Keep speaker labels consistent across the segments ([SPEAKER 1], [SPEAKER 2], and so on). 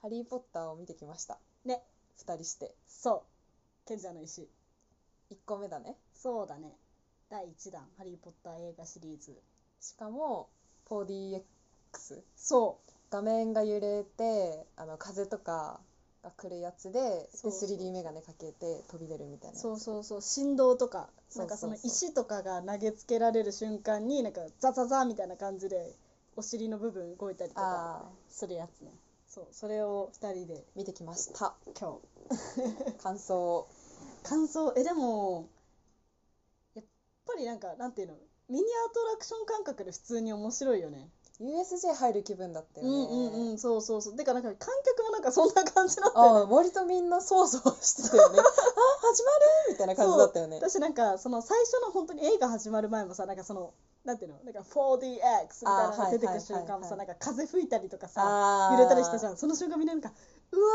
[SPEAKER 1] ハリー・ポッターを見てきました。
[SPEAKER 2] ね。
[SPEAKER 1] 2人して。
[SPEAKER 2] そう賢者の石
[SPEAKER 1] 1個目だね。
[SPEAKER 2] そうだね第1弾「ハリー・ポッター」映画シリーズ
[SPEAKER 1] しかも、4DX。
[SPEAKER 2] そ
[SPEAKER 1] 画面が揺れて、あの風とかが来るやつで、で
[SPEAKER 2] そうそう
[SPEAKER 1] 3D メガネかけて飛び出るみたいな
[SPEAKER 2] う
[SPEAKER 1] やつ。
[SPEAKER 2] そうそうそう振動とか
[SPEAKER 1] そ
[SPEAKER 2] な
[SPEAKER 1] うんそ
[SPEAKER 2] か
[SPEAKER 1] うそ
[SPEAKER 2] そうの石とかが投げつけられる瞬間になんかザザザみたいな感じでお尻の部分動いたりとか
[SPEAKER 1] あ
[SPEAKER 2] するやつねそうそれを2人で
[SPEAKER 1] 見てきま した。
[SPEAKER 2] 今日
[SPEAKER 1] 感想を。
[SPEAKER 2] 感想えでもやっぱりなんかなんていうのミニアトラクション感覚で普通に面白いよね
[SPEAKER 1] USJ 入る気分だったよ
[SPEAKER 2] う
[SPEAKER 1] ね。
[SPEAKER 2] んうんうんそうそうそうてかなんか観客もなんかそんな感じだったよ
[SPEAKER 1] あ
[SPEAKER 2] ね
[SPEAKER 1] あ割とみんなそわそわしてたよ ねあ始まるみたいな感じだったよね
[SPEAKER 2] 私なんかその最初の本当に映画始まる前もさなんかそのなんていうのなんか 4DX みたいなの
[SPEAKER 1] あーは
[SPEAKER 2] が
[SPEAKER 1] い
[SPEAKER 2] 出てくる瞬間も
[SPEAKER 1] はいは
[SPEAKER 2] さ
[SPEAKER 1] い
[SPEAKER 2] なんか風吹いたりとかさ
[SPEAKER 1] あ
[SPEAKER 2] 揺れたりしたじゃ
[SPEAKER 1] ん
[SPEAKER 2] んその瞬間みんななんかうわ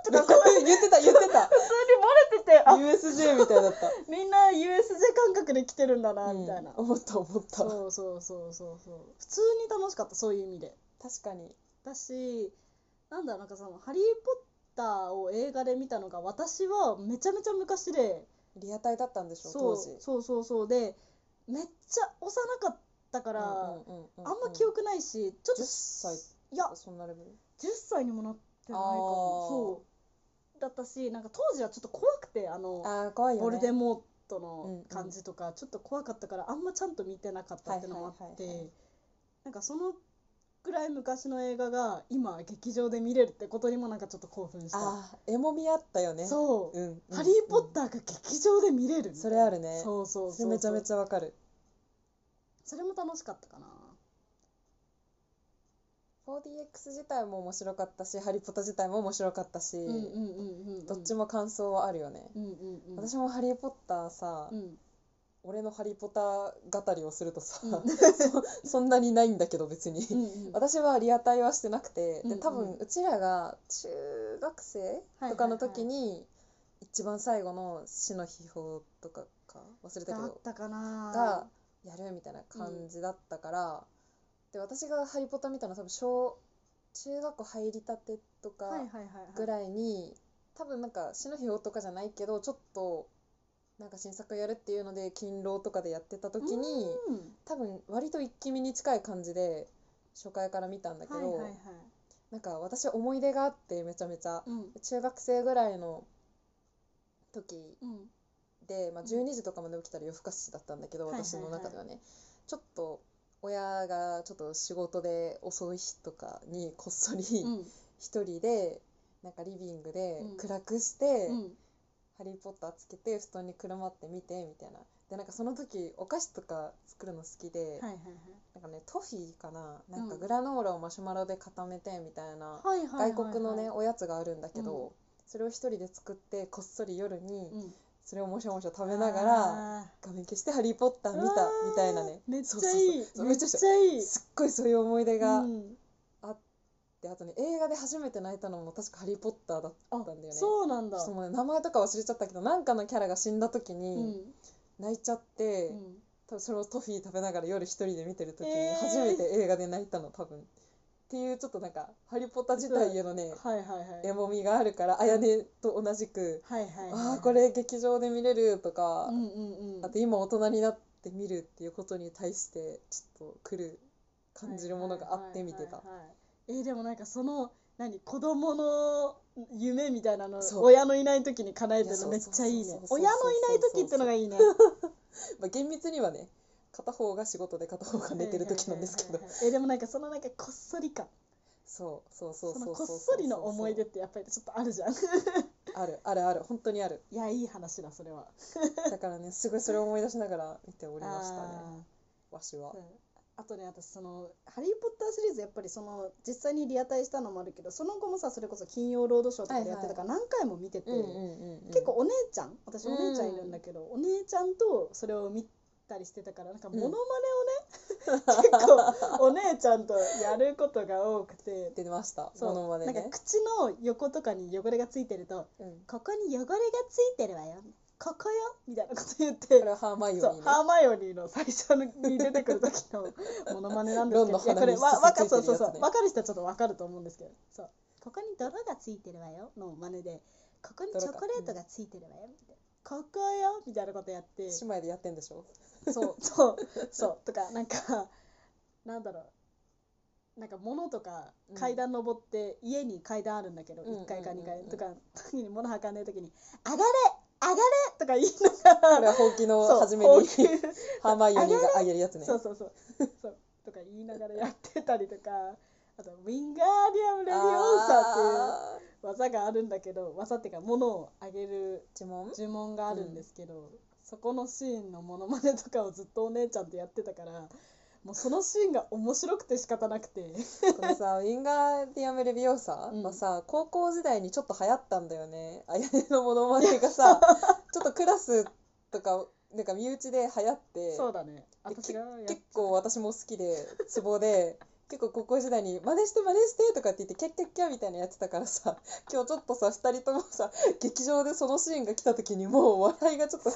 [SPEAKER 2] ーとか
[SPEAKER 1] 言っ
[SPEAKER 2] 声が
[SPEAKER 1] てた言ってた
[SPEAKER 2] 普通に漏れてて あ
[SPEAKER 1] USJ みたいだった
[SPEAKER 2] みんな USJ 感覚で来てるんだなみたいな、
[SPEAKER 1] うん思った思った
[SPEAKER 2] そうそうそうそうそう普通に楽しかったそういう意味で
[SPEAKER 1] 確かに
[SPEAKER 2] だしなんだろうなんかその「ハリー・ポッター」を映画で見たのが私はめちゃめちゃ昔で
[SPEAKER 1] リアタイだったんでしょ
[SPEAKER 2] そ
[SPEAKER 1] 当
[SPEAKER 2] う
[SPEAKER 1] 時
[SPEAKER 2] そうそうそうでめっちゃ幼かったから、
[SPEAKER 1] うんうんうんうん
[SPEAKER 2] あんま記憶ないしちょっと
[SPEAKER 1] 10歳
[SPEAKER 2] いや
[SPEAKER 1] あそんなレベル
[SPEAKER 2] 10歳にもなってないか
[SPEAKER 1] あー
[SPEAKER 2] もそうだったしなんか当時はちょっと怖くてあの
[SPEAKER 1] あー怖いよね
[SPEAKER 2] ボルデ
[SPEAKER 1] モ
[SPEAKER 2] モート
[SPEAKER 1] うんう
[SPEAKER 2] の
[SPEAKER 1] ん
[SPEAKER 2] 感じとか、ちょっと怖かったからあんまちゃんと見てなかったってのもあって、
[SPEAKER 1] はいはいはいはい
[SPEAKER 2] なんかそのぐらい昔の映画が今劇場で見れるってことにもなんかちょっと興奮した、
[SPEAKER 1] あー絵もみあったよねう
[SPEAKER 2] そ
[SPEAKER 1] ん
[SPEAKER 2] う、
[SPEAKER 1] うん
[SPEAKER 2] ハリー・ポッター」が劇場で見れるみたいな
[SPEAKER 1] それあるね
[SPEAKER 2] そうそううんそう
[SPEAKER 1] それめちゃめ
[SPEAKER 2] ゃ
[SPEAKER 1] ちゃわかる
[SPEAKER 2] それも楽しかったかな
[SPEAKER 1] 4DX 自体も面白かったしハリポタ自体も面白かったし
[SPEAKER 2] うんうんうんうんうん
[SPEAKER 1] どっちも感想はあるよね
[SPEAKER 2] うんうんうん
[SPEAKER 1] 私もハリー・ポッターさ、
[SPEAKER 2] うん
[SPEAKER 1] 俺のハリポタ語りをするとさ、
[SPEAKER 2] うん
[SPEAKER 1] そそんなにないんだけど別に、
[SPEAKER 2] うんうん
[SPEAKER 1] 私はリアタイはしてなくて、
[SPEAKER 2] うんう
[SPEAKER 1] で
[SPEAKER 2] ん
[SPEAKER 1] 多分うちらが中学生とかの時に、一番最後の死の秘宝とかか忘れたけ
[SPEAKER 2] だっ
[SPEAKER 1] ど
[SPEAKER 2] たかな
[SPEAKER 1] がやるみたいな感じだったから、で私がハリポタ見たのは多分小中学校入りたてとか、
[SPEAKER 2] はいはいはいはい
[SPEAKER 1] ぐらいに多分なんか死の日とかじゃないけどちょっとなんか新作やるっていうので勤労とかでやってた時に
[SPEAKER 2] うん
[SPEAKER 1] 多分割と一気見に近い感じで初回から見たんだけど、
[SPEAKER 2] はいはいはい
[SPEAKER 1] なんか私思い出があってめちゃめちゃ
[SPEAKER 2] うん
[SPEAKER 1] 中学生ぐらいの時
[SPEAKER 2] うん
[SPEAKER 1] で、まあ、
[SPEAKER 2] うん
[SPEAKER 1] 12時とかまで起きたら夜更かしだったんだけど、
[SPEAKER 2] はいはいはい
[SPEAKER 1] 私の中ではねちょっと親がちょっと仕事で遅い日とかにこっそり、
[SPEAKER 2] うん
[SPEAKER 1] 一人でなんかリビングで
[SPEAKER 2] うん
[SPEAKER 1] 暗くして「
[SPEAKER 2] うん
[SPEAKER 1] ハリー・ポッター」つけて布団にくるまって見てみたいなでなんかその時お菓子とか作るの好きで、
[SPEAKER 2] はいはいはい
[SPEAKER 1] なんかねトフィーかな
[SPEAKER 2] うん
[SPEAKER 1] なんかグラノーラをマシュマロで固めてみたいな、
[SPEAKER 2] はいはいはい
[SPEAKER 1] 外国のね、
[SPEAKER 2] はい
[SPEAKER 1] おやつがあるんだけど、
[SPEAKER 2] う
[SPEAKER 1] それを一人で作ってこっそり夜に
[SPEAKER 2] うん
[SPEAKER 1] それをもしゃもしゃ食べながら
[SPEAKER 2] あ
[SPEAKER 1] 画面消して「ハリー・ポッター」
[SPEAKER 2] ー
[SPEAKER 1] 見たみたいなね
[SPEAKER 2] めっち
[SPEAKER 1] そう
[SPEAKER 2] ゃいい
[SPEAKER 1] そうそう
[SPEAKER 2] め
[SPEAKER 1] め
[SPEAKER 2] っ
[SPEAKER 1] っちゃ
[SPEAKER 2] ちゃいい
[SPEAKER 1] すっごいそういう思い出が、
[SPEAKER 2] うん
[SPEAKER 1] であとね映画で初めて泣いたのも確か「ハリー・ポッター」だったんだよね。
[SPEAKER 2] そうなんだ
[SPEAKER 1] その名前とか忘れちゃったけどなんかのキャラが死んだ時
[SPEAKER 2] う
[SPEAKER 1] に
[SPEAKER 2] ん
[SPEAKER 1] 泣いちゃって、
[SPEAKER 2] うん
[SPEAKER 1] 多分それをトフィー食べながら夜一人で見てる時に
[SPEAKER 2] えー
[SPEAKER 1] 初めて映画で泣いたの多分、っていうちょっとなんか「ハリポタ」自体へのね
[SPEAKER 2] はいはいはい
[SPEAKER 1] えもみがあるからあやねと同じく
[SPEAKER 2] はいは
[SPEAKER 1] 「
[SPEAKER 2] いはい
[SPEAKER 1] ああこれ劇場で見れる」とか、
[SPEAKER 2] うんうんうん
[SPEAKER 1] あと今大人になって見るっていうことに対してちょっと来る感じるものがあって見てた
[SPEAKER 2] はい。はいはいはいえーでもなんかその何子供の夢みたいなの
[SPEAKER 1] そう
[SPEAKER 2] 親のいない時に叶えてる
[SPEAKER 1] いや
[SPEAKER 2] の
[SPEAKER 1] そう
[SPEAKER 2] めっちゃいい
[SPEAKER 1] そう
[SPEAKER 2] ね
[SPEAKER 1] そうそうそう
[SPEAKER 2] 親のいない時ってのがいいね
[SPEAKER 1] まあ、厳密にはね片方が仕事で片方が寝てる時なんですけど
[SPEAKER 2] はいはいはいはいえーでもなんかそのなんかこっそり感
[SPEAKER 1] そうそうそう
[SPEAKER 2] そ
[SPEAKER 1] そう
[SPEAKER 2] の
[SPEAKER 1] そう
[SPEAKER 2] こっ
[SPEAKER 1] う
[SPEAKER 2] そりの思い出ってやっぱりちょっとあるじゃんい
[SPEAKER 1] あるあるある本当にある
[SPEAKER 2] やいい話だそれは
[SPEAKER 1] だからねすごいそれを思い出しながら見ておりましたね
[SPEAKER 2] あ
[SPEAKER 1] わしは
[SPEAKER 2] ーうんあとね私その「ハリー・ポッター」シリーズやっぱりその実際にリアタイしたのもあるけどその後もさそれこそ「金曜ロードショー」とかでやってたから何回も見てて、結構お姉ちゃん私お姉ちゃんいるんだけど、お姉ちゃんとそれを見たりしてたからなんかモノマネをね、結構お姉ちゃんとやることが多くて
[SPEAKER 1] 出てました
[SPEAKER 2] そう
[SPEAKER 1] ものまね
[SPEAKER 2] なん
[SPEAKER 1] ね
[SPEAKER 2] か口の横とかに汚れがついてると
[SPEAKER 1] うん
[SPEAKER 2] 「ここに汚れがついてるわよここよ」みたいなこと言っ
[SPEAKER 1] こ
[SPEAKER 2] て
[SPEAKER 1] れ。はハーマイオニ
[SPEAKER 2] そう
[SPEAKER 1] ーね
[SPEAKER 2] ハーマイオニーの最初に出てくる時のモノマネなんですけど
[SPEAKER 1] ロンの
[SPEAKER 2] いや
[SPEAKER 1] 鼻
[SPEAKER 2] こ
[SPEAKER 1] に
[SPEAKER 2] れわ
[SPEAKER 1] つついてるやつね
[SPEAKER 2] かそうそうそう分かる人はちょっと分かると思うんですけどそうここに泥がついてるわよ」の真似で「ここにチョコレートがついてるわよ」みたいな「ここよ」みたいなことやって
[SPEAKER 1] 姉妹でやってんでしょ
[SPEAKER 2] そうそうそうとかなんかなんだろうなんか物とか
[SPEAKER 1] うん
[SPEAKER 2] 階段登って、家に階段あるんだけど、
[SPEAKER 1] うん
[SPEAKER 2] 1階か
[SPEAKER 1] うんうん
[SPEAKER 2] 2
[SPEAKER 1] う
[SPEAKER 2] 階
[SPEAKER 1] ん
[SPEAKER 2] とか、時に物運んでる時に「上がれ上がれ!」とか言いなが
[SPEAKER 1] こ
[SPEAKER 2] ら
[SPEAKER 1] れはほうきの
[SPEAKER 2] そう
[SPEAKER 1] 初め
[SPEAKER 2] こう
[SPEAKER 1] に
[SPEAKER 2] いう
[SPEAKER 1] ハーマイオニーがあげるやつね
[SPEAKER 2] そうそうそう そうとか言いながらやってたりとかあと「ウィンガーディアム・レディオンサー」って
[SPEAKER 1] あー
[SPEAKER 2] いう技があるんだけど技っていうか物をあげる
[SPEAKER 1] 呪文
[SPEAKER 2] 呪文があるんですけど、そこのシーンのモノマネとかをずっとお姉ちゃんとやってたからもうそのシーンが面白くて仕方なくて
[SPEAKER 1] このさ、ウィンガーディアムレビオーサはさ、高校時代にちょっと流行ったんだよね。あやねのモノマネがさ、 ちょっとクラスとか、なんか身内で流行って、
[SPEAKER 2] そうだね私
[SPEAKER 1] 私
[SPEAKER 2] が
[SPEAKER 1] 結構私も好きで、ツボで、結構高校時代に真似して真似してとかって言って、キャッキャッキャみたいなのやってたからさ、今日ちょっとさ、二人ともさ、劇場でそのシーンが来た時にもう笑いがちょっと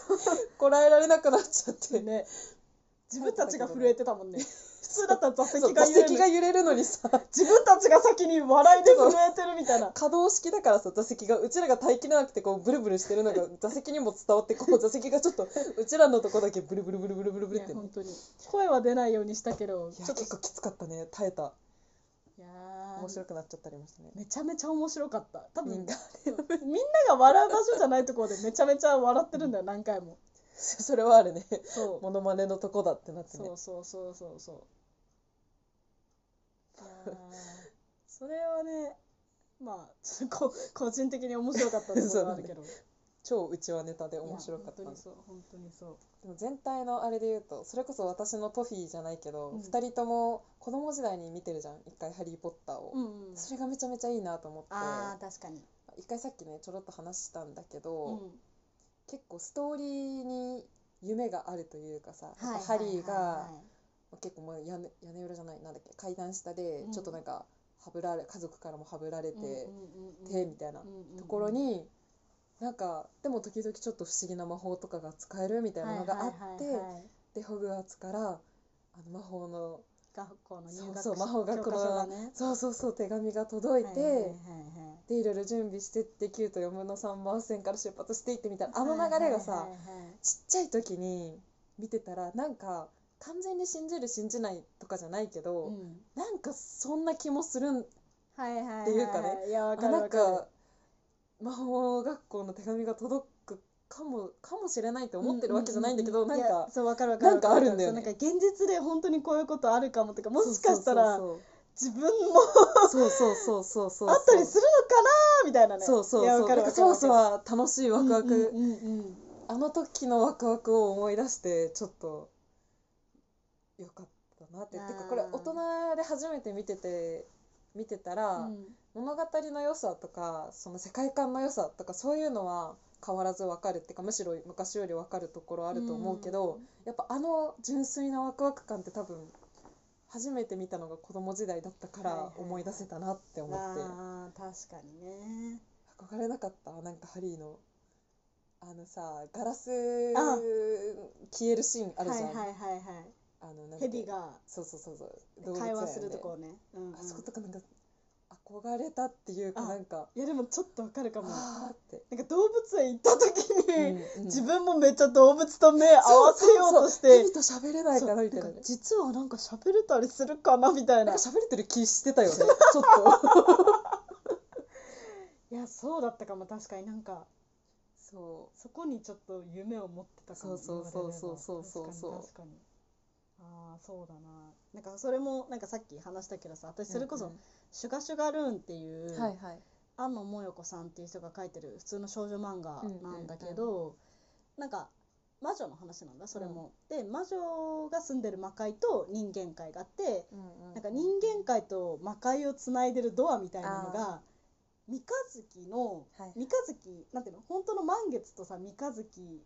[SPEAKER 1] こらえられなくなっちゃって。
[SPEAKER 2] ね自分たちが震えてた もんね普通だったら座
[SPEAKER 1] そう
[SPEAKER 2] 席
[SPEAKER 1] 座
[SPEAKER 2] が揺れる
[SPEAKER 1] 席が揺れるのにさ
[SPEAKER 2] 自分たちが先に笑いで震えてるみたいな
[SPEAKER 1] 可動式だからさ座席がうちらが耐えきれなくてこうブルブルしてるのが座席にも伝わってこう座席がちょっとうちらのとこだけブルブルブルブルブルブル
[SPEAKER 2] いや
[SPEAKER 1] ってね
[SPEAKER 2] 本当に声は出ないようにしたけど
[SPEAKER 1] いや
[SPEAKER 2] ちょっと
[SPEAKER 1] 結構きつかったね耐えた
[SPEAKER 2] いやー
[SPEAKER 1] 面白くなっちゃったりましたね
[SPEAKER 2] めちゃめちゃ面白かった多分、
[SPEAKER 1] みんな
[SPEAKER 2] みんなが笑う場所じゃないところでめちゃめちゃ笑ってるんだよ何回も
[SPEAKER 1] それはあるね
[SPEAKER 2] そう
[SPEAKER 1] モノマネのとこだってなってね
[SPEAKER 2] そうそうそうそうそういやーそれはねまあ ちょっとこ個人的に面白かったところはあ るけど、
[SPEAKER 1] 超うちはネタで面白かった
[SPEAKER 2] いや
[SPEAKER 1] な
[SPEAKER 2] 本当にそう本当にそう
[SPEAKER 1] でも全体のあれで言うとそれこそ私のトフィーじゃないけど、
[SPEAKER 2] うん
[SPEAKER 1] 2人とも子供時代に見てるじゃん一回「ハリー・ポッターを」
[SPEAKER 2] うん、うん、
[SPEAKER 1] それがめちゃめちゃいいなと思って
[SPEAKER 2] ああ確かに、
[SPEAKER 1] 一回さっきねちょろっと話したんだけ
[SPEAKER 2] う
[SPEAKER 1] ど、
[SPEAKER 2] ん、
[SPEAKER 1] 結構ストーリーに夢があるというかさ、
[SPEAKER 2] はい
[SPEAKER 1] やっぱハリー
[SPEAKER 2] はいは
[SPEAKER 1] が
[SPEAKER 2] いはい
[SPEAKER 1] 結構もう屋根屋根裏じゃないなんだっけ階段下で
[SPEAKER 2] うん
[SPEAKER 1] ちょっとなんかはぶられ家族からもはぶられて、
[SPEAKER 2] うんうんうん
[SPEAKER 1] 手みたいなところに、なんかでも時々ちょっと不思議な魔法とかが使えるみたいなのがあって、
[SPEAKER 2] はいはいはいはい
[SPEAKER 1] でホグワーツからあの魔法の
[SPEAKER 2] 学校の入学
[SPEAKER 1] そうそう魔法学校の
[SPEAKER 2] 教科書がね
[SPEAKER 1] そうそうそう手紙が届いて。
[SPEAKER 2] はいはいはいはい
[SPEAKER 1] でいろいろ準備してってキュート4分の3番線から出発していってみたいなあの流れがさ、
[SPEAKER 2] はいはいはいはい
[SPEAKER 1] ちっちゃい時に見てたらなんか完全に信じる信じないとかじゃないけど、
[SPEAKER 2] うん
[SPEAKER 1] なんかそんな気もするん
[SPEAKER 2] はいはいは
[SPEAKER 1] っていうかね
[SPEAKER 2] いやわ
[SPEAKER 1] あ
[SPEAKER 2] かる
[SPEAKER 1] なん
[SPEAKER 2] わかる
[SPEAKER 1] か魔法学校の手紙が届くかもかもしれないって思ってるわけじゃないんだけど、
[SPEAKER 2] ううう
[SPEAKER 1] なん
[SPEAKER 2] いや
[SPEAKER 1] か
[SPEAKER 2] そうわかるわかる
[SPEAKER 1] なんかあるんだよ
[SPEAKER 2] そ
[SPEAKER 1] ね
[SPEAKER 2] うなんか現実で本当にこういうことあるかもとかもしかしたら
[SPEAKER 1] そう
[SPEAKER 2] 自分も
[SPEAKER 1] そうそうそうそうそうそうそう
[SPEAKER 2] あったりするのかなみたいなね
[SPEAKER 1] そうそう
[SPEAKER 2] いや
[SPEAKER 1] そ
[SPEAKER 2] わ
[SPEAKER 1] うな
[SPEAKER 2] かる
[SPEAKER 1] んか
[SPEAKER 2] わか
[SPEAKER 1] そ
[SPEAKER 2] る
[SPEAKER 1] わそわ楽しいワクワク、
[SPEAKER 2] うんうんうんうん
[SPEAKER 1] あの時のワクワクを思い出してちょっとよかったなって
[SPEAKER 2] あー
[SPEAKER 1] てかこれ大人で初めて見てて見てたら、
[SPEAKER 2] うん
[SPEAKER 1] 物語の良さとかその世界観の良さとかそういうのは変わらず分かるっていうかむしろ昔より分かるところあると思うけど、やっぱあの純粋なワクワク感って多分初めて見たのが子供時代だったか
[SPEAKER 2] はいはい
[SPEAKER 1] ら
[SPEAKER 2] はい
[SPEAKER 1] 思い出せたなって思って、
[SPEAKER 2] あー確かにね
[SPEAKER 1] 憧れなかったなんかハリーのあのさガラス
[SPEAKER 2] あ
[SPEAKER 1] 消えるシーンあ
[SPEAKER 2] はい
[SPEAKER 1] る
[SPEAKER 2] は
[SPEAKER 1] じ
[SPEAKER 2] い
[SPEAKER 1] ゃん、
[SPEAKER 2] はい
[SPEAKER 1] あのなん
[SPEAKER 2] はい
[SPEAKER 1] だ
[SPEAKER 2] ヘ
[SPEAKER 1] っけ
[SPEAKER 2] ビが
[SPEAKER 1] そうそうそうそう動物園
[SPEAKER 2] 会
[SPEAKER 1] で
[SPEAKER 2] 話するところねうんうん
[SPEAKER 1] あそことかなんか憧れたっていうか
[SPEAKER 2] あ
[SPEAKER 1] なんか
[SPEAKER 2] いやでもちょっとわかるかも
[SPEAKER 1] あーって、
[SPEAKER 2] なんか動物園行った時に、
[SPEAKER 1] うんうん
[SPEAKER 2] 自分もめっちゃ動物と目合わせようとして
[SPEAKER 1] そうそうそうヘビと喋れないかなみたいな
[SPEAKER 2] そう
[SPEAKER 1] ね
[SPEAKER 2] んか実はなんか喋れたりするかなみたい
[SPEAKER 1] な
[SPEAKER 2] なん
[SPEAKER 1] か喋れてる気してたよねちょっと
[SPEAKER 2] いやそうだったかも確かになんか
[SPEAKER 1] そ
[SPEAKER 2] そこにちょっと夢を持ってたかも
[SPEAKER 1] そうそうそうそうそうそう
[SPEAKER 2] 言われれば確かに確かにああそうだななんかそれもなんかさっき話したけどさ私
[SPEAKER 1] う
[SPEAKER 2] それこそ
[SPEAKER 1] う
[SPEAKER 2] 「シュガシュガルーン」ってい
[SPEAKER 1] ん
[SPEAKER 2] う、
[SPEAKER 1] うんはいはい
[SPEAKER 2] 安野もよこさんっていう人が書いてる普通の少女漫画なんだけど、なんか魔女の話なんだそれも。で魔女が住んでる魔界と人間界があってなんか人間界と魔界をつないでるドアみたいなのが三日月の
[SPEAKER 1] はい
[SPEAKER 2] 三日月なんていうの本当の満月とさ三日月に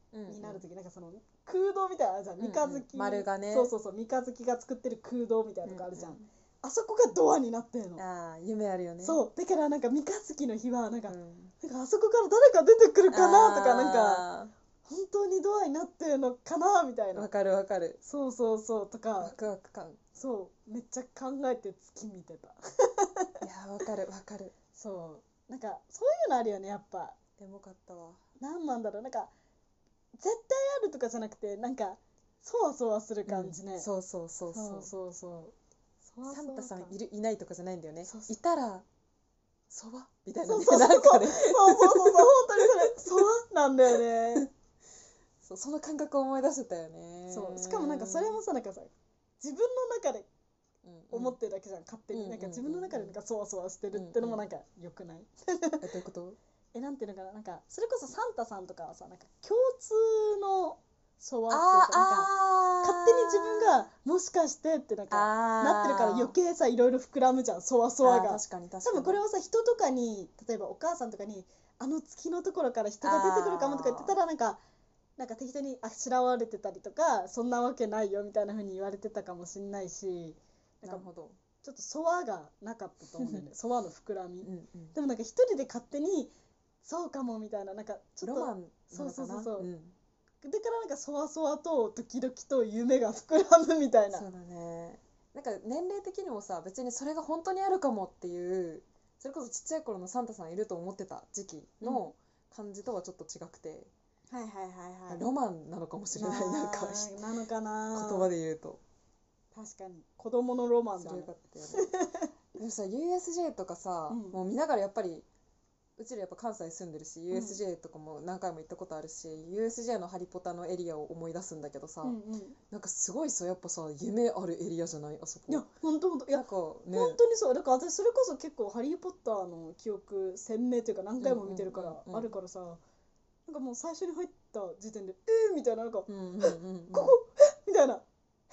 [SPEAKER 2] なる時、なんかその空洞みたいなのあるじゃん、
[SPEAKER 1] うんうん
[SPEAKER 2] 三日月
[SPEAKER 1] 丸がね
[SPEAKER 2] そうそうそう三日月が作ってる空洞みたいなのがあるじゃん、
[SPEAKER 1] う
[SPEAKER 2] あそこがドアになってるの、
[SPEAKER 1] ああ夢あるよね
[SPEAKER 2] そうだからなんか三日月の日はなんか、
[SPEAKER 1] ん
[SPEAKER 2] なんかあそこから誰か出てくるかなとかなんか
[SPEAKER 1] あ
[SPEAKER 2] 本当にドアになってるのかなみたい
[SPEAKER 1] ーわ
[SPEAKER 2] な
[SPEAKER 1] かるわかる
[SPEAKER 2] そうそうそうと
[SPEAKER 1] ワ
[SPEAKER 2] か
[SPEAKER 1] クワク感
[SPEAKER 2] そうめっちゃ考えて月見てた
[SPEAKER 1] いやわかるわかる
[SPEAKER 2] そうなんかそういうのあるよねやっぱ
[SPEAKER 1] エモかったわ
[SPEAKER 2] 何なんだろうなんか絶対あるとかじゃなくてなんかそわそわする感じね、
[SPEAKER 1] うんそうそうそうそう
[SPEAKER 2] そうそうそう
[SPEAKER 1] サンタさんいるいないとかじゃないんだよね
[SPEAKER 2] そうそう
[SPEAKER 1] いたらそばみたいな
[SPEAKER 2] そう
[SPEAKER 1] ね
[SPEAKER 2] そうそう
[SPEAKER 1] なんかね
[SPEAKER 2] そうそうそうそう本当にそれそうなんだよね
[SPEAKER 1] そうその感覚を思い出せたよね
[SPEAKER 2] そうしかもなんかそれもさなんかさ自分の中で
[SPEAKER 1] うんうん
[SPEAKER 2] 思ってるだけじゃん、勝手
[SPEAKER 1] う
[SPEAKER 2] に
[SPEAKER 1] ん
[SPEAKER 2] なんか自分の中でなんかそわそわしてるってのもなんか良くない、
[SPEAKER 1] えどういうこと
[SPEAKER 2] えなんていうのかななんかそれこそサンタさんとかはさなんか共通のそわっていうかなんか
[SPEAKER 1] あ
[SPEAKER 2] 勝手に自分がもしかしてってなんかな
[SPEAKER 1] な
[SPEAKER 2] ってるから余計さいろいろ膨らむじゃんそわそわが
[SPEAKER 1] 確かに確か
[SPEAKER 2] 多
[SPEAKER 1] に
[SPEAKER 2] 分これをさ人とかに例えばお母さんとかにあの月のところから人が出てくるかもとか言ってたらなんかなんか適当にあしらわれてたりとかそんなわけないよみたいな風に言われてたかもしんないし
[SPEAKER 1] な
[SPEAKER 2] な
[SPEAKER 1] る
[SPEAKER 2] んか
[SPEAKER 1] ほど、
[SPEAKER 2] ちょっとそわがなかったと思うん だよねそわの膨らみ
[SPEAKER 1] うんうん、
[SPEAKER 2] でもなんか一人で勝手にそうかもみたいななんかちょっ
[SPEAKER 1] ロ
[SPEAKER 2] と
[SPEAKER 1] マンなのかな
[SPEAKER 2] そうそうそうそうんだからなんかそわそわとドキドキと夢が膨らむみたいな
[SPEAKER 1] そうだねなんか年齢的にもさ別にそれが本当にあるかもっていうそれこそちっちゃい頃のサンタさんいると思ってた時期の感じとはちょっと違くて、
[SPEAKER 2] はいはいはい
[SPEAKER 1] ロマンなのかもしれないなんか言
[SPEAKER 2] なのかな
[SPEAKER 1] 葉で言うと
[SPEAKER 2] 確かに子供のロマン
[SPEAKER 1] そ
[SPEAKER 2] だ
[SPEAKER 1] れよ
[SPEAKER 2] ね
[SPEAKER 1] かったよね でもさ USJ とかさ、
[SPEAKER 2] うん
[SPEAKER 1] もう見ながらやっぱりうちらやっぱ関西住んでるし
[SPEAKER 2] ん
[SPEAKER 1] USJ とかも何回も行ったことあるし、USJ の「ハリポタ」のエリアを思い出すんだけどさ、
[SPEAKER 2] うんうん
[SPEAKER 1] なんかすごいさやっぱさ夢あるエリアじゃないあそこ
[SPEAKER 2] いや本当本当いや
[SPEAKER 1] なんかね
[SPEAKER 2] 本当にそうだから私それこそ結構「ハリー・ポッター」の記憶鮮明というか何回も見てるか
[SPEAKER 1] うんうんう
[SPEAKER 2] ら
[SPEAKER 1] んうん
[SPEAKER 2] あるからさなんかもう最初に入った時点で「えー!」みたいななんか「こ
[SPEAKER 1] うんうんうんうん
[SPEAKER 2] こえみたいな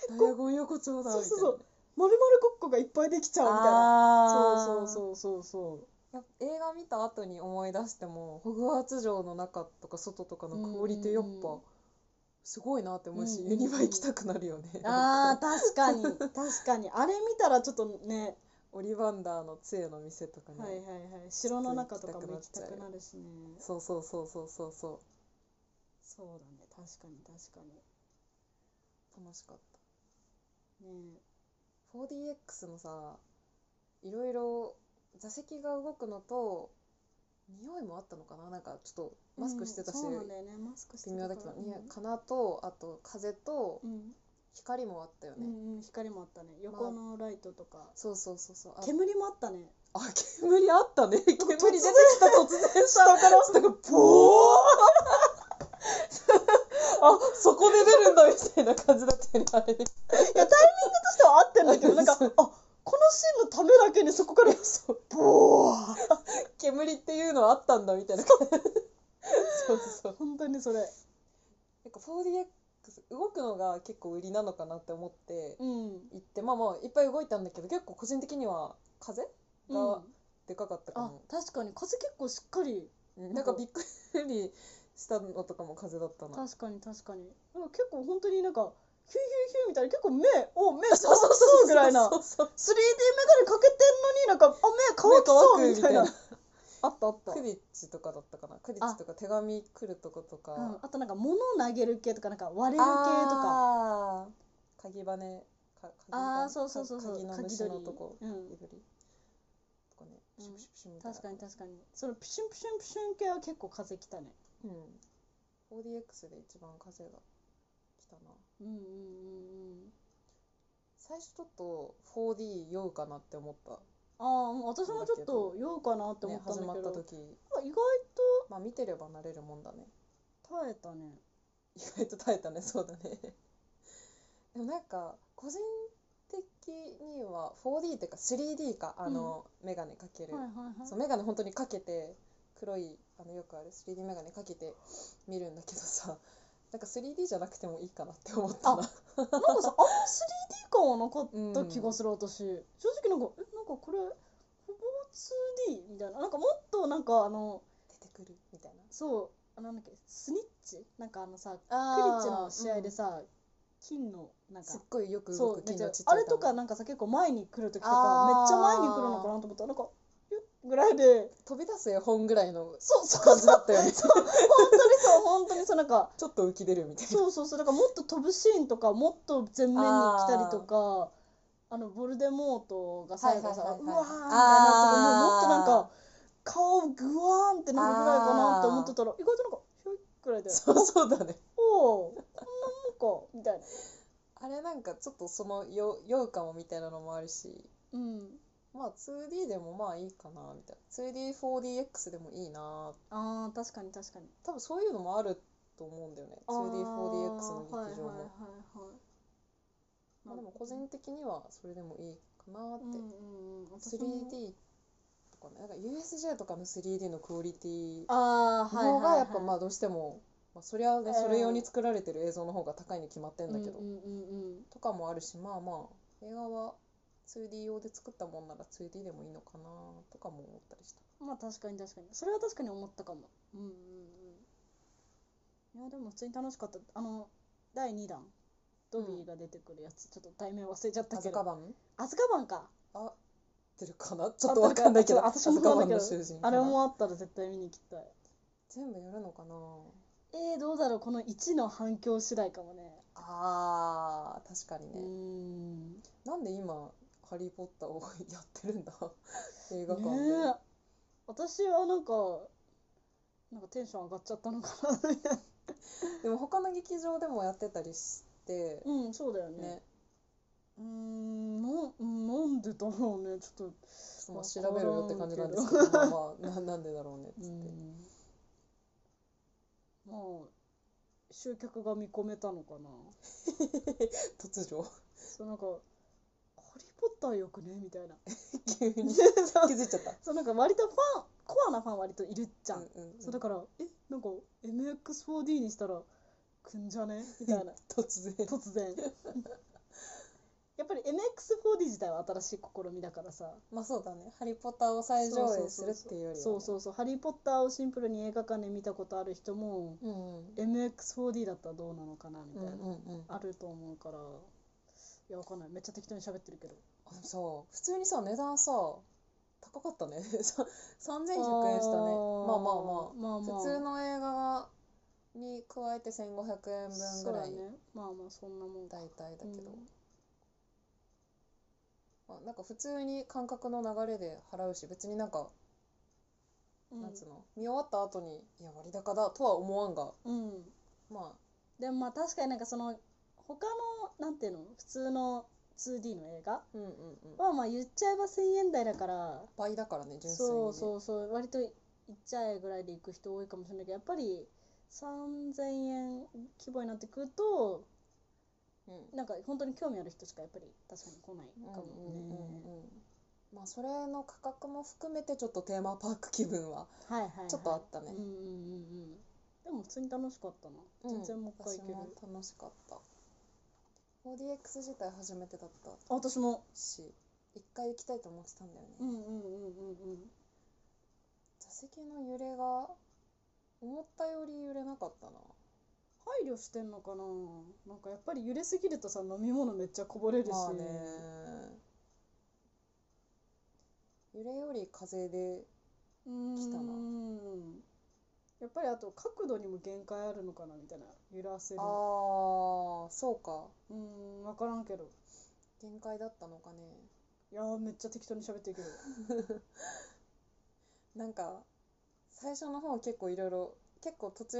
[SPEAKER 1] ダイアゴン横丁だ
[SPEAKER 2] そうそうそう
[SPEAKER 1] み
[SPEAKER 2] 「まるまるごっこがいっぱいできち
[SPEAKER 1] た
[SPEAKER 2] ゃ」
[SPEAKER 1] いう
[SPEAKER 2] み
[SPEAKER 1] な
[SPEAKER 2] たいな
[SPEAKER 1] あ
[SPEAKER 2] そう
[SPEAKER 1] ー
[SPEAKER 2] そうそうそうそう
[SPEAKER 1] やっぱ映画見た後に思い出してもホグワーツ城の中とか外とかのクオリティやっ
[SPEAKER 2] うんうんう
[SPEAKER 1] ぱ
[SPEAKER 2] ん
[SPEAKER 1] すごいなって思うし、
[SPEAKER 2] うんうんう
[SPEAKER 1] ユ
[SPEAKER 2] ん
[SPEAKER 1] ニバ行きたくなるよね
[SPEAKER 2] あー確かに確かにあれ見たらちょっとね
[SPEAKER 1] オリバンダーの杖の店とかね、
[SPEAKER 2] はいはいはい城の中とかも行きたくなるしね
[SPEAKER 1] そうそうそうそうそうそ
[SPEAKER 2] そうだね確かに確か
[SPEAKER 1] う楽しかった
[SPEAKER 2] にね
[SPEAKER 1] 4DX もさいろいろ座席が動くのと匂いもあったのかななんかちょっとマスクしてたし、
[SPEAKER 2] うんそうなんだよねマスクして
[SPEAKER 1] 微妙だけど、
[SPEAKER 2] から
[SPEAKER 1] 匂いかなとあと風と
[SPEAKER 2] うん
[SPEAKER 1] 光もあったよ
[SPEAKER 2] う
[SPEAKER 1] ね、
[SPEAKER 2] んうん光もあったね横のライトとか、
[SPEAKER 1] そうそうそうそうあ
[SPEAKER 2] 煙もあったね
[SPEAKER 1] あ煙あったね煙出てき
[SPEAKER 2] 然
[SPEAKER 1] た突然下から 下がボー
[SPEAKER 2] お
[SPEAKER 1] あそこで出るんだみたいな感じだったよねあれね
[SPEAKER 2] いやタイミングとしては合ってんだけど なんかあ
[SPEAKER 1] そう
[SPEAKER 2] このシーンのためだけにそこから
[SPEAKER 1] そう
[SPEAKER 2] ボー
[SPEAKER 1] 煙っていうのはあったんだみた いな感じそうそうそう
[SPEAKER 2] 本当にそれ
[SPEAKER 1] なんか 4DX 動くのが結構売りなのかなって思って
[SPEAKER 2] うん
[SPEAKER 1] 行ってまあまあいっぱい動いたんだけど結構個人的には風
[SPEAKER 2] うん
[SPEAKER 1] がでかかったか
[SPEAKER 2] あ
[SPEAKER 1] も、
[SPEAKER 2] 確かに風結構しっかり
[SPEAKER 1] うんなんかびっくりしたのとかも風だったな
[SPEAKER 2] 確かに確かになんか結構本当になんかヒューヒューヒューみたいな結構目お目乾きそうぐらいな 3D
[SPEAKER 1] そうそう
[SPEAKER 2] メガネかけてんのになんかあ目乾きそうみたいな
[SPEAKER 1] 目乾
[SPEAKER 2] あったあった
[SPEAKER 1] クリッチとかだったかなクリッチとか手紙来るとことか、
[SPEAKER 2] うん、あとなんか物投げる系とかなんか割れる系とか
[SPEAKER 1] あー鍵バネか鍵バネ
[SPEAKER 2] ああそうそうそうそ
[SPEAKER 1] か
[SPEAKER 2] う
[SPEAKER 1] 鍵の虫のとこ
[SPEAKER 2] 鍵取り
[SPEAKER 1] いぶりとかね
[SPEAKER 2] う
[SPEAKER 1] プ
[SPEAKER 2] ん
[SPEAKER 1] シュプシュプシュみたいな
[SPEAKER 2] 確かに確かにそのプシュンプシュンプシュン系は結構風来たね
[SPEAKER 1] うん 4DX で一番風が来たな
[SPEAKER 2] うんうんうんうん
[SPEAKER 1] 最初ちょっと 4D 酔うかなって思った
[SPEAKER 2] ああうん私もちょっと酔うかなって思
[SPEAKER 1] ね
[SPEAKER 2] っ、た
[SPEAKER 1] 始
[SPEAKER 2] んだ
[SPEAKER 1] ま
[SPEAKER 2] け
[SPEAKER 1] っ
[SPEAKER 2] ど、
[SPEAKER 1] た時
[SPEAKER 2] あ意外
[SPEAKER 1] まあ見てれば慣れるもんだね
[SPEAKER 2] と耐えたね
[SPEAKER 1] 意外と耐えたねそうだね でもなんか個人的には 4D っていうか 3D かあの、メガネかける
[SPEAKER 2] はいはいはい
[SPEAKER 1] そうメガネ本当にかけて黒いあのよくある 3D メガネかけて見るんだけどさ なんか 3D じゃなくてもいいかなって思ったな
[SPEAKER 2] なんかさあんま 3D 感はなかった気がする、私正直なんかえなんかこれほぼ 2D みたいななんかもっとなんかあの
[SPEAKER 1] 出てくるみたいな
[SPEAKER 2] そうあなんだっけスニッチなんかあのさク
[SPEAKER 1] あ
[SPEAKER 2] リッチの試合でさ、金のなんか
[SPEAKER 1] すっごいよく動
[SPEAKER 2] そう
[SPEAKER 1] く
[SPEAKER 2] め
[SPEAKER 1] 金
[SPEAKER 2] っちゃ
[SPEAKER 1] のちっちゃ
[SPEAKER 2] あ
[SPEAKER 1] い
[SPEAKER 2] れとか
[SPEAKER 1] 玉
[SPEAKER 2] なんかさ結構前に来る時と
[SPEAKER 1] あ
[SPEAKER 2] か
[SPEAKER 1] ー
[SPEAKER 2] めっちゃ前に来るのかなと思ったらなんかゆっぐらいで
[SPEAKER 1] 飛び出す絵本ぐらいの
[SPEAKER 2] そうそう
[SPEAKER 1] 感じ
[SPEAKER 2] そ
[SPEAKER 1] だ
[SPEAKER 2] う
[SPEAKER 1] ったよねち
[SPEAKER 2] 本当にそう本当にそうなんか
[SPEAKER 1] ょっと浮き出るみたいな
[SPEAKER 2] そうそうそうだからもっと飛ぶシーンとかもっと前面に来たりとかあのボルデモートが最後さ、
[SPEAKER 1] はいはいはいはいう
[SPEAKER 2] わーみたい
[SPEAKER 1] あー
[SPEAKER 2] なとこもうもっとなんか顔グワーンってなるぐらいかなって思ってたら意外となんかひょいくらいで
[SPEAKER 1] そうそうだね
[SPEAKER 2] おおこんなもんかみたいな
[SPEAKER 1] あれなんかちょっとそのよ酔うかもみたいなのもあるし
[SPEAKER 2] うん
[SPEAKER 1] まあ 2D でもまあいいかなみたいな 2D4DX でもいいな
[SPEAKER 2] あー確かに確かに
[SPEAKER 1] 多分そういうのもあると思うんだよね 2D4DX の劇場も、
[SPEAKER 2] あーはいはいはいはい
[SPEAKER 1] まあ、でも個人的にはそれでもいいかなっ
[SPEAKER 2] うん
[SPEAKER 1] て、
[SPEAKER 2] うんうん、私も
[SPEAKER 1] 3D とかねなんか USJ とかの 3D のクオリティ
[SPEAKER 2] あーはい
[SPEAKER 1] の
[SPEAKER 2] はいは
[SPEAKER 1] が
[SPEAKER 2] い
[SPEAKER 1] やっぱまあどうしても、まあ、そりゃねそれ用
[SPEAKER 2] う
[SPEAKER 1] に
[SPEAKER 2] ん
[SPEAKER 1] 作られてる映像の方が高いに決まってんだけど、
[SPEAKER 2] うんうんうんうん
[SPEAKER 1] とかもあるしまあまあ映画は 2D 用で作ったもんなら 2D でもいいのかなとかも思ったりした
[SPEAKER 2] まあ確かに確かにそれは確かに思ったかもうんうんうんいやでも普通に楽しかったあの第2弾ドビーが出てくるやつ、ちょっと題名忘れちゃった
[SPEAKER 1] ア
[SPEAKER 2] け
[SPEAKER 1] ズ
[SPEAKER 2] ど
[SPEAKER 1] カ
[SPEAKER 2] ア
[SPEAKER 1] バン
[SPEAKER 2] ズカバンか
[SPEAKER 1] あってるかなちょっとわかんないけど
[SPEAKER 2] あ
[SPEAKER 1] ア
[SPEAKER 2] 私
[SPEAKER 1] ズ
[SPEAKER 2] も
[SPEAKER 1] カ
[SPEAKER 2] わか
[SPEAKER 1] バ
[SPEAKER 2] ん
[SPEAKER 1] ン
[SPEAKER 2] ないけど
[SPEAKER 1] の囚人か
[SPEAKER 2] あ
[SPEAKER 1] な
[SPEAKER 2] れもあったら絶対見に行きたい
[SPEAKER 1] 全部やるのかな
[SPEAKER 2] えー、どうだろうこの1の反響次第かもね
[SPEAKER 1] あー確かに
[SPEAKER 2] うー
[SPEAKER 1] ね、
[SPEAKER 2] んね
[SPEAKER 1] なんで今「ハリー・ポッター」をやって るんだ映画館で、
[SPEAKER 2] え私はなんかなんかテンション上がっちゃったのか なみたいな
[SPEAKER 1] でも他の劇場でもやってたりして、
[SPEAKER 2] うんそうだよね
[SPEAKER 1] ね
[SPEAKER 2] うーんな なんでだろうねちょっと
[SPEAKER 1] ちょっとまあ調べろよって感じなんですけどまあまあななんでだろうねっつって、
[SPEAKER 2] まあ集客が見込めたのかな
[SPEAKER 1] 突如
[SPEAKER 2] そうなんか「ハリー・ポッターよくね」みた いな
[SPEAKER 1] 急に気づいちゃった
[SPEAKER 2] そうなんか割とファンコアなファン割といるじゃ
[SPEAKER 1] う
[SPEAKER 2] ん、
[SPEAKER 1] んうんうん
[SPEAKER 2] そうだから「えなんか MX4D にしたらくんじゃね?」みたいな
[SPEAKER 1] 突然
[SPEAKER 2] 突然やっぱり MX4D 自体は新しい試みだからさ
[SPEAKER 1] まあそうだね「ハリー・ポッター」を再上映するっていうよりはね、
[SPEAKER 2] そうそうそう「ハリー・ポッター」をシンプルに映画館で見たことある人も
[SPEAKER 1] うんうん、
[SPEAKER 2] MX4D だったらどうなのかな
[SPEAKER 1] う
[SPEAKER 2] みた
[SPEAKER 1] ん
[SPEAKER 2] いな、
[SPEAKER 1] うんうん
[SPEAKER 2] あると思うからいやわかんないめっちゃ適当に喋ってるけど
[SPEAKER 1] あでもさ普通にさ値段さ高かったね さ3100円したねまあまあまあ
[SPEAKER 2] まあまあ
[SPEAKER 1] 普通の映画に加えて1500円分ぐらい
[SPEAKER 2] そうだねまあまあそんなもん
[SPEAKER 1] 大体だけど、
[SPEAKER 2] うん
[SPEAKER 1] まあ、なんか普通に感覚の流れで払うし別になんか、
[SPEAKER 2] うん
[SPEAKER 1] なんつうの見終わった後にいや割高だとは思わんが
[SPEAKER 2] うん
[SPEAKER 1] ま
[SPEAKER 2] でもまあ確かになんかその他のなんていうの普通の 2D の映画
[SPEAKER 1] あうんうんうん
[SPEAKER 2] はまあ言っちゃえば1000円台だから
[SPEAKER 1] 倍だからね純粋にね、
[SPEAKER 2] そうそうそう割といっちゃえぐらいで行く人多いかもしれないけどやっぱり3000円規模になってくると
[SPEAKER 1] うん
[SPEAKER 2] なんか本当に興味ある人しかやっぱり確かに来ないかもね、
[SPEAKER 1] うんうんうんまあそれの価格も含めてちょっとテーマパーク気分は
[SPEAKER 2] はいはい、はい、
[SPEAKER 1] ちょっとあったね
[SPEAKER 2] うんうんうんうんでも普通に楽しかったな全然もう一回
[SPEAKER 1] 私
[SPEAKER 2] 行ける、
[SPEAKER 1] も楽しかった 4DX 自体初めてだった
[SPEAKER 2] あ私も
[SPEAKER 1] し一回行きたいと思ってたんだよね、
[SPEAKER 2] うんうんうんうんうん
[SPEAKER 1] 座席の揺れが思ったより揺れなかったな
[SPEAKER 2] 配慮してんのかななんかやっぱり揺れすぎるとさ飲み物めっちゃこぼれるし、
[SPEAKER 1] まあね揺れより風で
[SPEAKER 2] うーん
[SPEAKER 1] 来たな
[SPEAKER 2] やっぱりあと角度にも限界あるのかなみたいな揺らせる
[SPEAKER 1] ああそうか
[SPEAKER 2] うーん分からんけど
[SPEAKER 1] 限界だったのかね
[SPEAKER 2] いやーめっちゃ適当に喋ってるけど
[SPEAKER 1] なんか最初の方結構いろいろ結構途中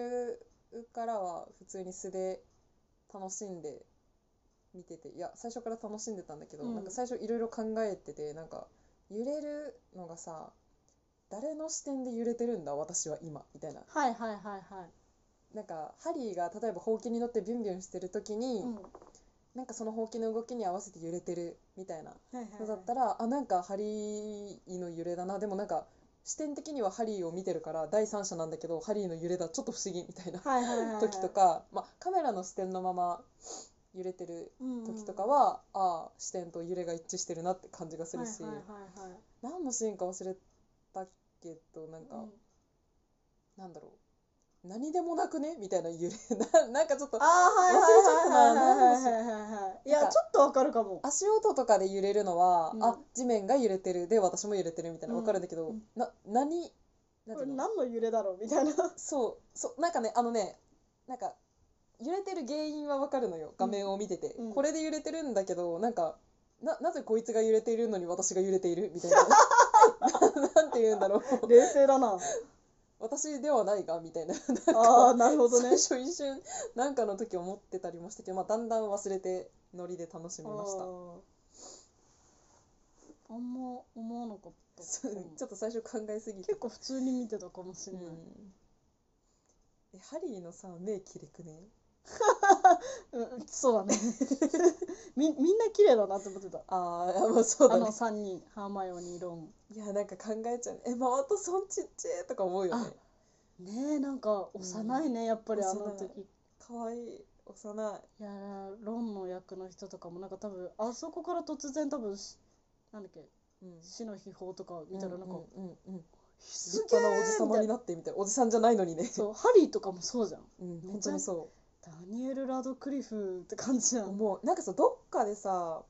[SPEAKER 1] からは普通に素で楽しんで見てていや最初から楽しんでたんだけど、
[SPEAKER 2] うん
[SPEAKER 1] なんか最初いろいろ考えててなんか揺れるのがさ誰の視点で揺れてるんだ私は今みたいな
[SPEAKER 2] はいはいはいは
[SPEAKER 1] なんかハリーが例えばほうきに乗ってビュンビュンしてる時
[SPEAKER 2] い、
[SPEAKER 1] に、
[SPEAKER 2] うん、はい
[SPEAKER 1] なんかそのほうきの動きに合わせて揺れてるみたいな
[SPEAKER 2] はいはい
[SPEAKER 1] そうだったらあなんかハリーの揺れだなでもなんか視点的にはハリーを見てるから第三者なんだけどハリーの揺れだちょっと不思議みたいな
[SPEAKER 2] はいはいはいはい
[SPEAKER 1] 時とか、まあ、カメラの視点のまま揺れてる時とかは、ああ視点と揺れが一致してるなって感じがするし、
[SPEAKER 2] はいはいはいはい
[SPEAKER 1] 何のシーンか忘れたけどなんか、
[SPEAKER 2] うん
[SPEAKER 1] なんだろう何でもなくねみたいな揺れ ななんかちょっと
[SPEAKER 2] あーはいはいはいはいはいはいはいいや
[SPEAKER 1] なんか
[SPEAKER 2] ちょっとわかるかも
[SPEAKER 1] 足音とかで揺れるのは、
[SPEAKER 2] うん
[SPEAKER 1] あ地面が揺れてるで私も揺れてるみたいな
[SPEAKER 2] うん
[SPEAKER 1] 分かるんだけど、
[SPEAKER 2] うん
[SPEAKER 1] な何なんてい
[SPEAKER 2] これ
[SPEAKER 1] うの
[SPEAKER 2] 何の揺れだろうみたいな
[SPEAKER 1] そうそうなんかねあのねなんか揺れてる原因は分かるのよ画面を見てて、
[SPEAKER 2] うん
[SPEAKER 1] これで揺れてるんだけどなんかななぜこいつが揺れているのに私が揺れているみ たいなななんて言うんだろう
[SPEAKER 2] 冷静だな
[SPEAKER 1] 私ではないがみたいななんか
[SPEAKER 2] ああなるほどね
[SPEAKER 1] 最初一瞬なんかの時思ってたりもしたけど、まあ、だんだん忘れてノリで楽しみました
[SPEAKER 2] あーあんま思わなかった
[SPEAKER 1] そうちょ
[SPEAKER 2] っ
[SPEAKER 1] っと最初考えすぎて
[SPEAKER 2] 結構普通に見てたかもしれない、
[SPEAKER 1] うんえハリーのさ目きれくね
[SPEAKER 2] うんそうだね みみんな綺麗だなって思ってた
[SPEAKER 1] あーまあそうだ
[SPEAKER 2] あの
[SPEAKER 1] ね
[SPEAKER 2] 3人ハーマイオニーロン
[SPEAKER 1] いやなんか考えちゃうねえマワトソンちっちゃいとか思うよね
[SPEAKER 2] ねえなんか幼いね、やっぱりあの時い
[SPEAKER 1] 可愛い幼い
[SPEAKER 2] やーロンの役の人とかもなんか多分あそこから突然多分しなんだっけ
[SPEAKER 1] うん
[SPEAKER 2] 死の秘宝とか見たらなんか、
[SPEAKER 1] うんうんうんうん立
[SPEAKER 2] すげ
[SPEAKER 1] 派
[SPEAKER 2] え
[SPEAKER 1] なおじさまに
[SPEAKER 2] みたい
[SPEAKER 1] なってみたいなおじさんじゃないのにね
[SPEAKER 2] なそうハリーとかもそうじゃん
[SPEAKER 1] うん
[SPEAKER 2] め
[SPEAKER 1] 本
[SPEAKER 2] ちゃ
[SPEAKER 1] 当にそ
[SPEAKER 2] ダニエル・ラドクリフって感じじゃ
[SPEAKER 1] うんもうなんかさどっかでさ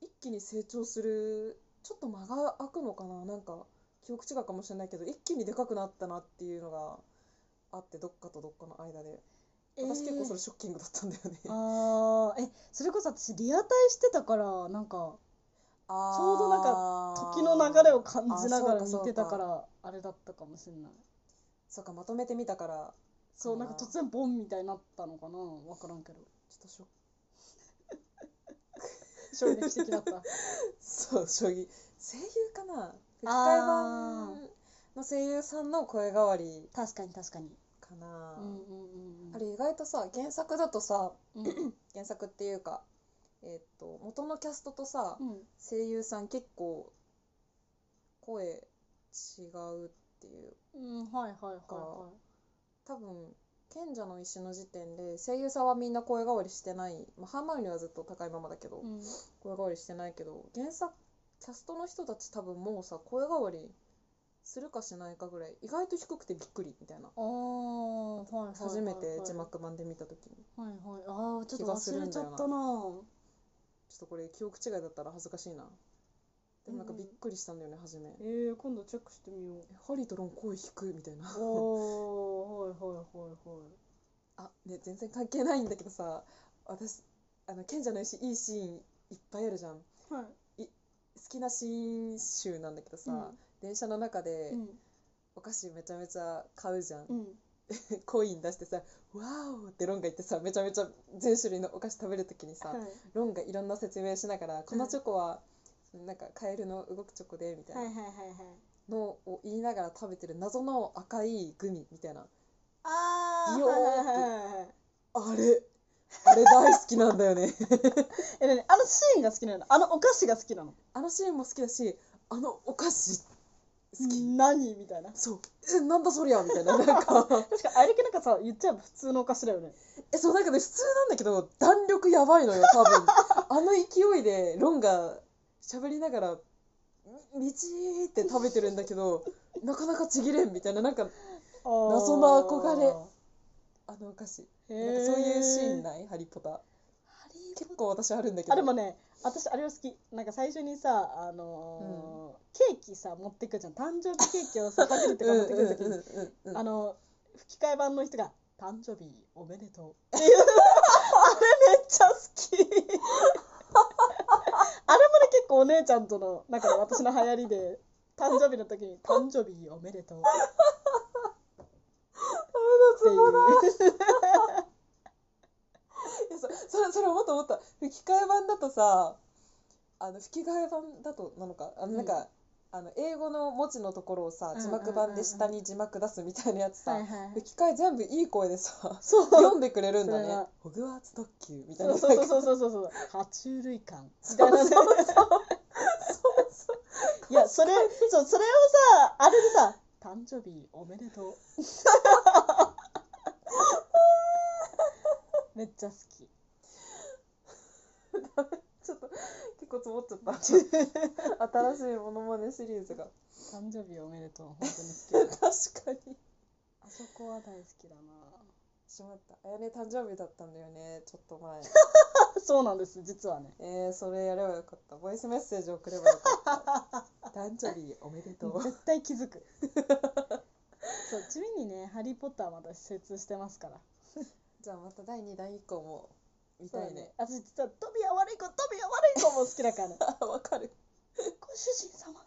[SPEAKER 1] 一気に成長するちょっと間が空くのかななんか記憶違うかもしれないけど一気にでかくなったなっていうのがあってどっかとどっかの間で私結構それ
[SPEAKER 2] れ
[SPEAKER 1] ショッキングだったんだよね、
[SPEAKER 2] あーえそれこそ私リアタイしてたからなんか
[SPEAKER 1] あー
[SPEAKER 2] ちょうどなん
[SPEAKER 1] か
[SPEAKER 2] 時の流れを感じながら見てた
[SPEAKER 1] そう
[SPEAKER 2] か
[SPEAKER 1] から
[SPEAKER 2] あれだったかもしれない
[SPEAKER 1] そうかまとめてみたから
[SPEAKER 2] そう
[SPEAKER 1] か
[SPEAKER 2] な
[SPEAKER 1] なん
[SPEAKER 2] か突然ボンみたいになったのかなわからんけ ど
[SPEAKER 1] ちょっと ショッ
[SPEAKER 2] 衝撃的だった
[SPEAKER 1] そう将棋声優かな吹き替え
[SPEAKER 2] あー
[SPEAKER 1] 版の声優さんの声変わり
[SPEAKER 2] 確かに確かに
[SPEAKER 1] か
[SPEAKER 2] う
[SPEAKER 1] な、
[SPEAKER 2] んうんうんうん
[SPEAKER 1] あれ意外とさ原作だとさ
[SPEAKER 2] うんうん
[SPEAKER 1] 原作っていうか、えっと元のキャストとさ、
[SPEAKER 2] うん
[SPEAKER 1] 声優さん結構声違うっていう
[SPEAKER 2] うんはいはいはいは
[SPEAKER 1] か多分賢者の石の時点で声優さんはみんな声変わりしてない、まあ、ハーマイオニーはずっと高いままだけど、
[SPEAKER 2] いうん
[SPEAKER 1] 声変わりしてないけど原作キャストの人たち多分もうさ声変わりするかしないかぐらい意外と低くてびっくりみたいな
[SPEAKER 2] あーはいはいはいはい
[SPEAKER 1] 初めて字幕版で見た時に
[SPEAKER 2] はいはいああちょっと
[SPEAKER 1] 気がす
[SPEAKER 2] 忘
[SPEAKER 1] る
[SPEAKER 2] れ
[SPEAKER 1] ん
[SPEAKER 2] ち
[SPEAKER 1] だ
[SPEAKER 2] ゃ
[SPEAKER 1] よ
[SPEAKER 2] っ
[SPEAKER 1] な
[SPEAKER 2] たな
[SPEAKER 1] ちょっとこれ記憶違いだったら恥ずかしいなでもなんかびっくりしたんだよね初め
[SPEAKER 2] えー、今度チェックしてみよう
[SPEAKER 1] えハリーとロン声低いみたいな
[SPEAKER 2] おーはいはいはいはい
[SPEAKER 1] あね全然関係ないんだけどさ私あの賢者の石いいシーンいっぱいあるじゃん好
[SPEAKER 2] はい。
[SPEAKER 1] きなシーン集なんだけどさ、
[SPEAKER 2] うん
[SPEAKER 1] 電車の中で
[SPEAKER 2] うん。
[SPEAKER 1] お菓子めちゃめちゃ買うじゃん、
[SPEAKER 2] うん。
[SPEAKER 1] コイン出してさ「ワオ!」ってロンが言ってさめちゃめちゃ全種類のお菓子食べるときにさ、
[SPEAKER 2] はい。
[SPEAKER 1] ロンがいろんな説明しながら「このチョコは、なんかカエルの動くチョコで」みたい
[SPEAKER 2] はいはいはい
[SPEAKER 1] な
[SPEAKER 2] はい。
[SPEAKER 1] のを言いながら食べてる謎の赤いグミみたいな
[SPEAKER 2] あー
[SPEAKER 1] ビヨーンって
[SPEAKER 2] はいはいはいはい
[SPEAKER 1] あれあれ大好きなんだよね
[SPEAKER 2] え、なにあのシーンが好きなのあのお菓子が好きなの
[SPEAKER 1] あのシーンも好きだしあのお菓子好き、
[SPEAKER 2] 何みたいな。
[SPEAKER 1] そうえなんだそりゃみたいな なんか
[SPEAKER 2] 確か、あれだけなんかさ、言っちゃえば普通のお菓子だよね。
[SPEAKER 1] えそうなんかね普通なんだけど弾力やばいのよ多 分あの勢いでロンが喋りながらみみちーって食べてるんだけどなかなかちぎれんみたいななんか謎の憧れあのお菓子
[SPEAKER 2] れ
[SPEAKER 1] なんかそういうシーンないハリポタ結構私あるんだけど
[SPEAKER 2] あ、でもね、私あれは好き。なんか最初にさ、あのーケーキさ、持ってくじゃん。誕生日ケーキをさ、パクリと
[SPEAKER 1] うん
[SPEAKER 2] か
[SPEAKER 1] うん
[SPEAKER 2] 持ってくるとき
[SPEAKER 1] うん
[SPEAKER 2] に、
[SPEAKER 1] うんうん
[SPEAKER 2] あの、吹き替え版の人が、誕生日おめでとう。 めっちゃ好き あれもね結構お姉ちゃんとのなんかね私の流行りで誕生日の時に「誕生日おめでとう」っていう
[SPEAKER 1] いやそそれそれ思った思った吹き替え版だとさあの吹き替え版だとなのかあのなんか、あの英語の文字のところをさ
[SPEAKER 2] うんうんうん
[SPEAKER 1] 字
[SPEAKER 2] うん
[SPEAKER 1] 幕版で下に字幕出すみたいなやつさ、
[SPEAKER 2] はい
[SPEAKER 1] 吹き替え全部いい声で さ
[SPEAKER 2] そうそう
[SPEAKER 1] 読んでくれるんだ
[SPEAKER 2] それ
[SPEAKER 1] ね
[SPEAKER 2] は
[SPEAKER 1] 「ホグワーツ特急」みたい
[SPEAKER 2] そ
[SPEAKER 1] な
[SPEAKER 2] うそ
[SPEAKER 1] な
[SPEAKER 2] う
[SPEAKER 1] んか
[SPEAKER 2] そうそうそ うそう爬虫類館みたいなねいやそれそうそれをさあれでさ「誕生日おめで とう」めっちゃ好き
[SPEAKER 1] ちょっと結構積もっちゃった 新しいモノマネシリーズが
[SPEAKER 2] 誕生日おめでとう本当に好き
[SPEAKER 1] 確かに
[SPEAKER 2] あそこは大好きだな
[SPEAKER 1] しまったあやね誕生日だったんだよねちょっと前
[SPEAKER 2] そうなんです実はね
[SPEAKER 1] えー、それやればよかったボイスメッセージ送ればよかった 誕生日おめでとう
[SPEAKER 2] 絶対気づくそうちなみにね「ハリー・ポッター」また施設してますから
[SPEAKER 1] じゃあまた第2弾以降も見
[SPEAKER 2] そう
[SPEAKER 1] た
[SPEAKER 2] だ
[SPEAKER 1] いね。
[SPEAKER 2] 私実はトビは悪い子トビは悪い子も好きだ から
[SPEAKER 1] あ、 わかる。
[SPEAKER 2] ご主人様が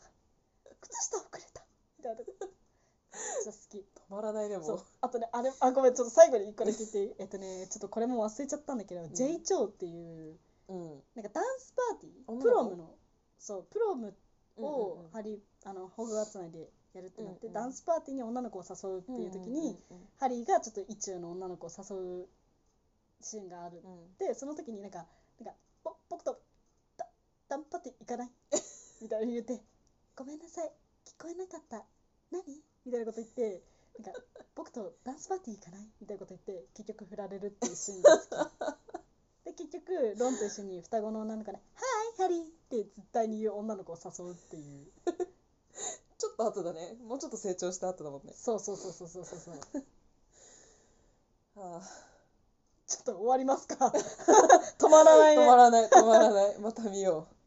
[SPEAKER 2] 靴下をくれたみたいなめっちゃ好き
[SPEAKER 1] 止まらないでも。
[SPEAKER 2] そうあとねあれあごめんちょっと最後に一個だけ聞いていいえっとねちょっとこれも忘れちゃったんだけど、
[SPEAKER 1] ん
[SPEAKER 2] J チョーっていう
[SPEAKER 1] うん。
[SPEAKER 2] なんかダンスパーティー
[SPEAKER 1] 女
[SPEAKER 2] プロ
[SPEAKER 1] の子
[SPEAKER 2] ムのそうプロム
[SPEAKER 1] うんうん
[SPEAKER 2] を
[SPEAKER 1] うん
[SPEAKER 2] ハリー、あのホグワーツ内でやるってなって、
[SPEAKER 1] うんうん
[SPEAKER 2] ダンスパーティーに女の子を誘うっていう時に、
[SPEAKER 1] うんうん
[SPEAKER 2] ハリーがちょっと意中の女の子を誘うシーンがある
[SPEAKER 1] うんうん、
[SPEAKER 2] でその時になんか「なんかぼ僕とだ頑張っていかない」 みたいに言って「ごめんなさい聞こえなかった何?」みたいなこと言って「なんか僕とダンスパーティー行かない?」みたいなこと言って結局振られるっていうシーンが好き。で結局ロンと一緒に双子の女の子で「はいハリー」って絶対に言う女の子を誘うっていう
[SPEAKER 1] ちょっと後だね。もうちょっと成長した後だもんね。
[SPEAKER 2] そうそうそうそうそうそうそう
[SPEAKER 1] はあ
[SPEAKER 2] ちょっと終わりますか 止まらない
[SPEAKER 1] 止ま
[SPEAKER 2] ね
[SPEAKER 1] らない、止まらない。また見よう。